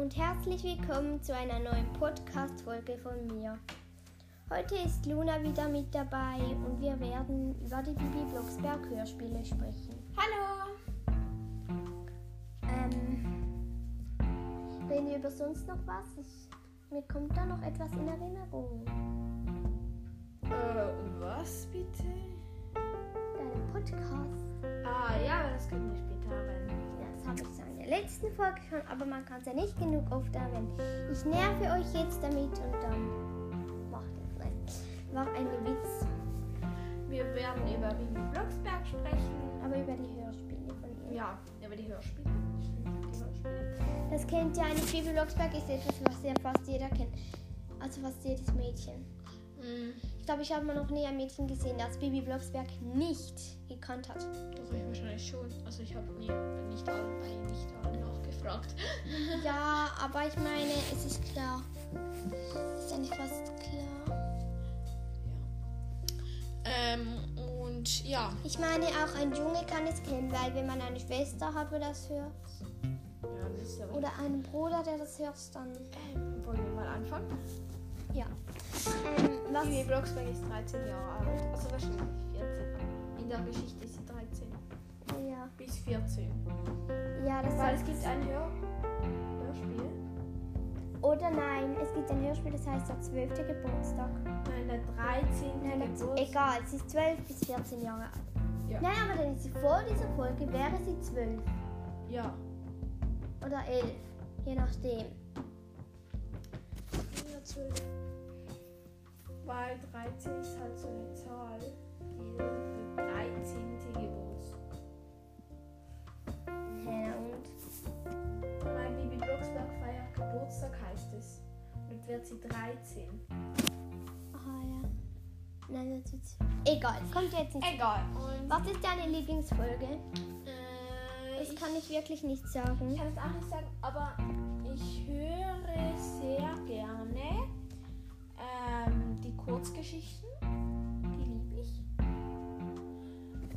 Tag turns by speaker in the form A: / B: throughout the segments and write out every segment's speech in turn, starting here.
A: und herzlich willkommen zu einer neuen Podcast-Folge von mir. Heute ist Luna wieder mit dabei und wir werden über die Bibi Blocksberg Hörspiele sprechen.
B: Hallo!
A: Ähm, reden wir über sonst noch was? Ich, mir kommt da noch etwas in Erinnerung.
B: Äh, um was bitte?
A: Dein Podcast.
B: Ah, ja, aber das können wir später erwähnen.
A: Ja, das habe ich so in der letzten Folge schon, aber man kann es ja nicht genug oft erwähnen. Ich nerve euch jetzt damit und dann macht es. Nein, war ein Witz,
B: Wir werden über Bibi Blocksberg sprechen.
A: aber über die Hörspiele von ihr.
B: Ja, über die Hörspiele. Die Hörspiele.
A: Das kennt ja eine Bibi Blocksberg, ist etwas, was ja fast jeder kennt. Also fast jedes Mädchen.
B: Mhm.
A: Ich glaube, ich habe mal noch nie ein Mädchen gesehen, das Bibi Blocksberg nicht gekannt hat.
B: Doch, ich wahrscheinlich schon. Also ich habe nie nicht alle bei nicht alle nachgefragt.
A: Ja, aber ich meine, es ist klar. Ist ja nicht fast klar.
B: Ähm, und ja.
A: Ich meine, auch ein Junge kann es kennen, weil wenn man eine Schwester hat, wo das hört,
B: Ja, das ist aber.
A: oder einen Bruder, der das hört, dann
B: Ähm, wollen wir mal anfangen?
A: ja. Ähm, was?
B: Bibi Blocksberg ist 13 Jahre alt. Also wahrscheinlich 14. In der Geschichte ist sie 13.
A: Ja,
B: Bis 14.
A: ja, das
B: Weil
A: heißt,
B: es gibt ein Hör Hörspiel.
A: oder nein, es gibt ein Hörspiel, das heißt der 12. Geburtstag.
B: Nein, der 13.
A: Nein, das
B: Geburtstag.
A: egal, sie ist 12 bis 14 Jahre alt.
B: Ja.
A: Nein, aber dann ist sie vor dieser Folge, wäre sie 12
B: Ja.
A: oder 11, je nachdem.
B: 12. Weil 13 ist halt so eine Zahl, die der 13. Geburtstag.
A: Ja, und
B: Mein Bibi Blocksberg feiert Geburtstag, heißt es. Und wird sie 13.
A: Aha, ja. Nein, das ist. Egal, kommt jetzt nicht.
B: Egal. Und
A: Was ist deine Lieblingsfolge?
B: äh,
A: Das
B: ich,
A: kann ich wirklich nicht sagen.
B: kann es auch nicht sagen, aber ich höre sehr gerne ähm, die Kurzgeschichten. Die liebe ich.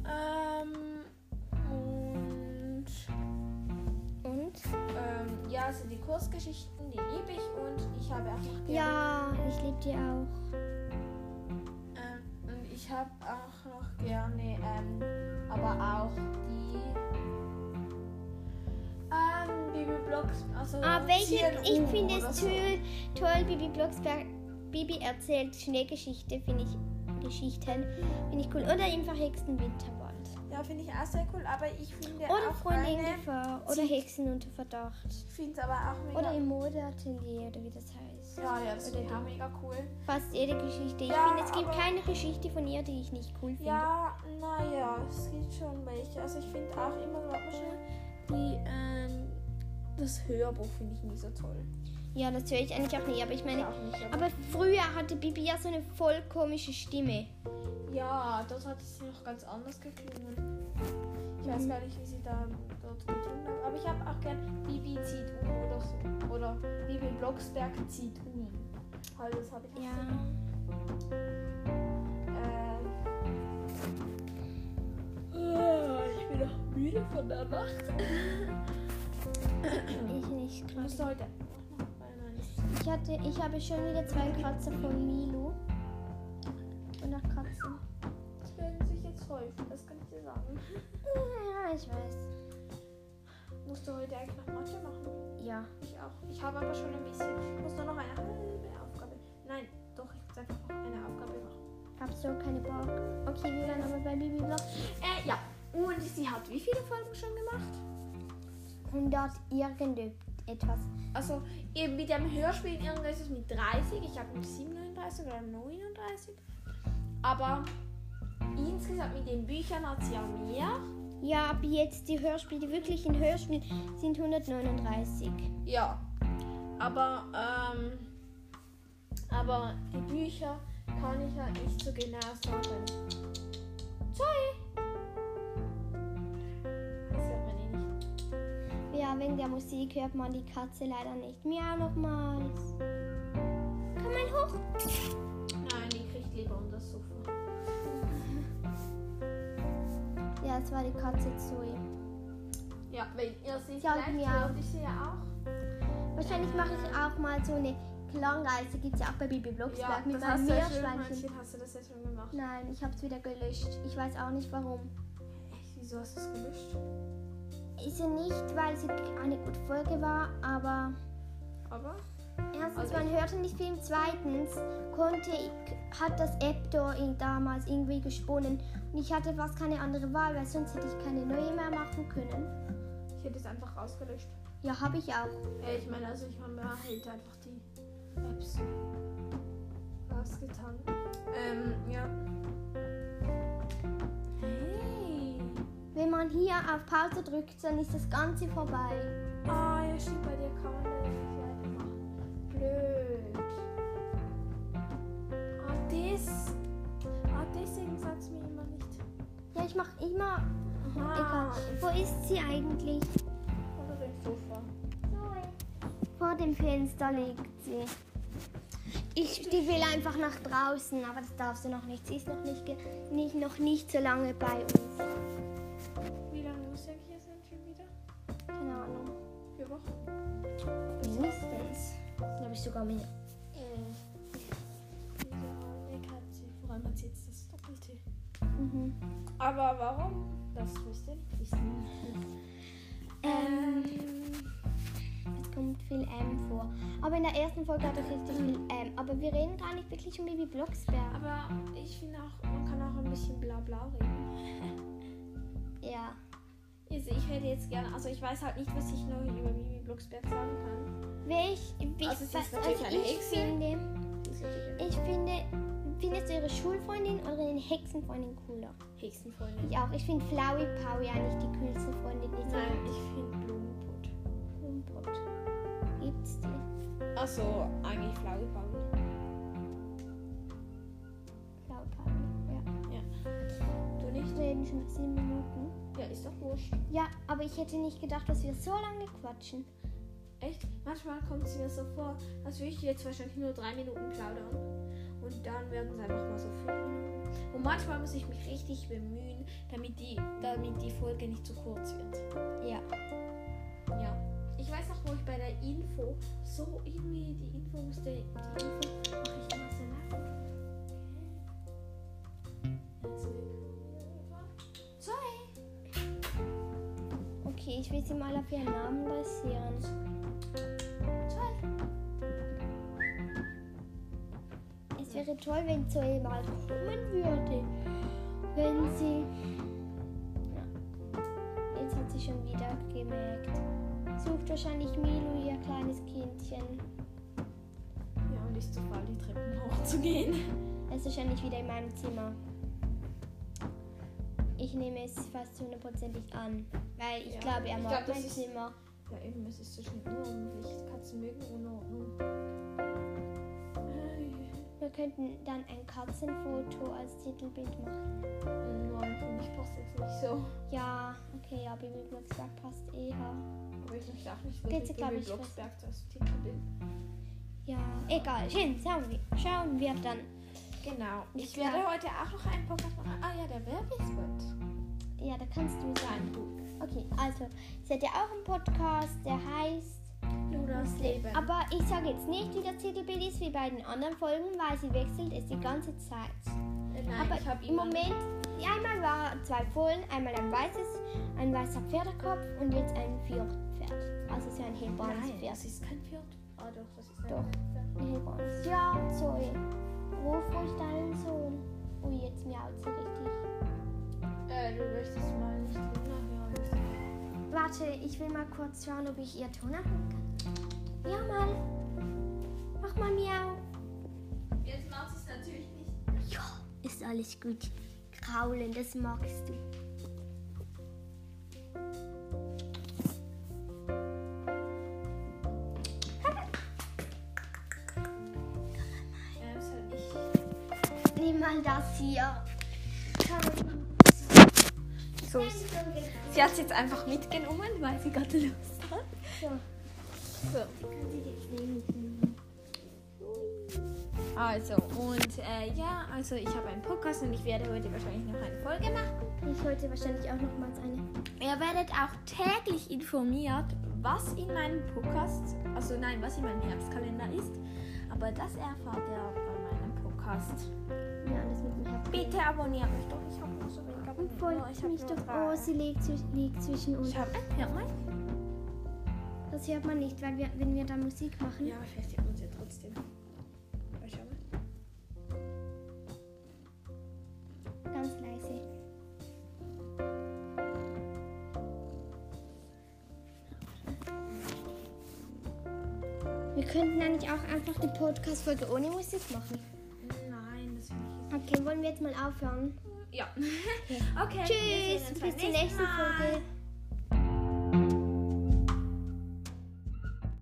B: Ähm, und
A: Und?
B: Ähm, ja, also die Kurzgeschichten, die liebe ich und ich habe auch noch gerne,
A: Ja, ich liebe die auch.
B: ähm, und ich habe auch noch gerne, ähm, aber auch die ähm, Bibelblocks, also
A: Ah, welche? Ich
B: Zierenuhr
A: finde
B: oder
A: es
B: so.
A: toll, toll, Bibi Blocksberg. Bibi erzählt Schneegeschichte, finde ich. Geschichten finde ich cool. Oder einfach Hexen Winterwald.
B: Ja, finde ich auch sehr cool, aber ich finde
A: Oder
B: auch
A: Freunde in
B: eine,
A: Gefahr. Oder Hexen unter Verdacht.
B: ich finde es aber auch mega,
A: Oder im Modeatelier oder wie das heißt.
B: ja, ja, das finde ich auch mega cool.
A: Fast jede Geschichte. Ich
B: Ja,
A: finde, es gibt
B: aber-
A: keine Geschichte von ihr, die ich nicht cool finde.
B: Ja, naja, es gibt schon welche. Also ich finde auch immer, warte mal schnell, die, ähm, das Hörbuch finde ich nie so toll.
A: Ja, das höre ich eigentlich auch nie, aber ich meine.
B: Auch nicht, aber-
A: Aber früher hatte Bibi ja so eine voll komische Stimme.
B: Ja, dort hat es noch ganz anders geklungen. Ich
A: Mhm.
B: weiß gar nicht, wie sie da dort geklungen hat. Aber ich habe auch gern Bibi zieht um oder so. Oder Bibi Blocksberg zieht um. Also das habe ich auch so. Äh, äh, ich bin noch müde von der Nacht.
A: Ich nicht
B: Ich muss
A: krass.
B: heute. Nein, nein, das-
A: Ich hatte, ich habe schon wieder zwei Kratzer von Milo. Und noch Katzen.
B: Die werden sich jetzt häufen, das kann ich dir sagen.
A: Ja, ich weiß.
B: Musst du heute eigentlich noch Mathe machen?
A: Ja.
B: Ich auch. Ich habe aber schon ein bisschen. Ich muss nur noch eine halbe Aufgabe. Nein, doch, ich muss einfach noch eine Aufgabe machen.
A: Hab's so keine Bock. Okay, wir waren aber bei Bibi Block.
B: Äh, ja. Und sie hat wie viele Folgen schon gemacht?
A: 100 irgendetwas.
B: Also, eben mit dem Hörspiel irgendwas ist mit 30. Ich habe mit 37 oder 39. Aber insgesamt mit den Büchern hat sie ja mehr.
A: Ja, ab jetzt die Hörspiele, die wirklichen Hörspiele sind 139.
B: Ja. Aber, ähm, aber die Bücher kann ich ja nicht so genau sagen. Sorry. Das hört man eh nicht.
A: Ja, wegen der Musik hört man die Katze leider nicht. Miau nochmals. Komm mal hoch.
B: Nein, die kriegt lieber unter das Sofa.
A: Ja, es war die Katze Zoe.
B: Ja, wenn ihr sie
A: Ja,
B: vielleicht
A: mir auch.
B: hört, ich sie ja auch.
A: Wahrscheinlich mache ich auch mal so eine Klangreise. Gibt es ja auch bei Bibi
B: Ja,
A: Blocksberg mit
B: das
A: meinem
B: hast du ja schon,
A: Meerschweinchen.
B: Manchen, hast du das ja schon gemacht.
A: Nein, ich habe es wieder gelöscht. Ich weiß auch nicht warum.
B: Echt, wieso hast du es gemischt?
A: Ist sie nicht, weil sie eine gute Folge war, aber
B: Aber?
A: erstens,
B: Also
A: man hörte nicht viel. Zweitens konnte ich, hat das App-Door ihn damals irgendwie gesponnen. Und ich hatte fast keine andere Wahl, weil sonst hätte ich keine neue mehr machen können.
B: Ich hätte es einfach rausgelöscht.
A: Ja, habe ich auch.
B: Ja, ich meine, also ich habe mir halt einfach die Apps rausgetan. Ähm, ja. Hey.
A: Wenn man hier auf Pause drückt, dann ist das Ganze vorbei.
B: Ah, ja, stimmt, bei dir kann man das nicht weitermachen. Blöd. Ah, das. Ah, deswegen sagt es mir immer nicht. Ah.
A: Ja, ich mache immer. Egal.
B: Aha.
A: Wo ist sie eigentlich?
B: Unter dem Sofa.
A: Vor dem Fenster liegt sie. Ich die will einfach nach draußen, aber das darf sie noch nicht. Sie ist noch nicht, ge- nicht, noch nicht so lange bei uns.
B: Wie lange muss ich hier sein schon wieder?
A: Keine Ahnung.
B: Vier Wochen.
A: Mindestens. Glaube ich sogar mehr.
B: Diese Katze. Woran man sieht, das Doppelte.
A: Mhm.
B: Aber warum? Das müsst ihr nicht wissen.
A: Ähm, es kommt viel M vor. Aber in der ersten Folge hatte ich richtig viel M. Aber wir reden gar nicht wirklich um Baby Blocksberg.
B: Aber ich finde auch, man kann auch ein bisschen Blabla reden.
A: Ja.
B: Also ich hätte jetzt gerne, also ich weiß halt nicht, was ich noch über Bibi Blocksberg sagen kann.
A: Welch, wie,
B: Also sie
A: was,
B: ist natürlich
A: also
B: eine
A: ich
B: Hexe.
A: finde,
B: Die ist natürlich
A: ich finde, findest du ihre Schulfreundin oder ihre Hexenfreundin cooler?
B: eine Hexenfreundin.
A: Ich auch. Ich finde Flowey Pow ja nicht die kühlste Freundin, die
B: Nein, ich finde Blumenbrot.
A: Blumenbrot. Gibt's die?
B: Achso, eigentlich Flaugebaum.
A: Flowey Pow, ja.
B: Du nicht?
A: Wir reden schon sieben Minuten.
B: Ja, ist doch wurscht.
A: Ja, aber ich hätte nicht gedacht, dass wir so lange quatschen.
B: Echt? Manchmal kommt es mir so vor, als würde ich jetzt wahrscheinlich nur drei Minuten plaudern. Und dann werden es einfach mal so viel. Und manchmal muss ich mich richtig bemühen, damit die, damit die Folge nicht zu kurz wird.
A: Ja.
B: Ja. Ich weiß noch, wo ich bei der Info so irgendwie die Info musste. Die Info mache ich immer so lang. Sorry.
A: Okay, ich will sie mal auf ihren Namen basieren.
B: Sorry.
A: Es wäre toll, wenn Zoe mal kommen würde. Wenn sie. Ja. Jetzt hat sie schon wieder gemerkt. Sucht wahrscheinlich Milu, ihr kleines Kindchen.
B: Ja, und ist zu faul, die Treppen hochzugehen.
A: Es ist wahrscheinlich wieder in meinem Zimmer. Ich nehme es fast hundertprozentig an, weil ich
B: Ja,
A: glaube, er
B: ich
A: mag
B: glaub, das
A: mein
B: ist-
A: Zimmer.
B: Ja, eben, es ist so schön unordentlich. Katzen mögen Unordnung.
A: Wir könnten dann ein Katzenfoto als Titelbild machen.
B: Nein, für mich passt jetzt nicht so.
A: Ja, okay, ja, Baby Blocksberg passt eher.
B: Aber ich möchte auch nicht
A: Bitte,
B: wirklich
A: glaub
B: Bibi
A: ich, was-
B: Blocksberg das Titelbild.
A: Ja, egal, schön, schauen wir, schauen wir dann.
B: Genau. Ich,
A: Ich
B: werde
A: glaub-
B: heute auch noch einen Podcast machen. Ah ja, der Werbespot.
A: Ja, da kannst du sein.
B: Nein,
A: Okay, also, sie hat ja auch einen Podcast, der heißt.
B: Lunas Leben.
A: Aber ich sage jetzt nicht, wie das Titelbild ist, wie bei den anderen Folgen, weil sie wechselt es die ganze Zeit.
B: Äh, Nein,
A: Aber
B: ich habe
A: im Moment, einmal war zwei Fohlen, einmal ein weißes, ein weißer Pferdekopf und jetzt ein Fjordpferd. Also ist ja ein hellbraunes
B: Nein,
A: Pferd.
B: das ist kein Pferd. Ah doch, das ist ein
A: Doch.
B: Pferd.
A: Ein hellbraunes. Ja, Zoe, ruf ruhig deinen Sohn. Ui, jetzt miaut sie richtig.
B: Äh, du möchtest mal nicht Luna hören.
A: Warte, ich will mal kurz schauen, ob ich ihr Ton machen kann. Ja, mal. Mach mal miau.
B: Jetzt macht es natürlich nicht.
A: Ja, ist alles gut. Kraulen, das magst du.
B: Ja, das ist halt nicht.
A: Nimm mal das hier.
B: So ist Sie hat es jetzt einfach mitgenommen, weil sie gerade Lust hat.
A: Ja.
B: So. Also, und äh, ja, also ich habe einen Podcast und ich werde heute wahrscheinlich noch eine Folge machen.
A: Ich heute wahrscheinlich auch nochmals eine.
B: Ihr werdet auch täglich informiert, was in meinem Podcast, also nein, was in meinem Herbstkalender ist, aber das erfahrt ihr bei meinem Podcast.
A: Ja, das mit dem Herz.
B: Bitte abonniert mich doch, ich habe nur so wenig
A: Und
B: abonniert.
A: folgt mich doch. Oh, sie liegt, zwisch- liegt zwischen uns.
B: Ich habe ein Hirnlein.
A: Das hört man nicht, weil wir, wenn wir da Musik machen.
C: Ja, aber vielleicht sieht man sie ja trotzdem. Aber schau mal.
A: Ganz leise. Wir könnten eigentlich auch einfach die Podcast-Folge ohne Musik machen.
B: Nein, das finde ich
A: Okay, wollen wir jetzt mal aufhören?
B: Ja. Okay. wir sehen
A: Tschüss,
B: uns
A: bis
B: beim
A: zur nächsten
B: Mal.
A: Folge.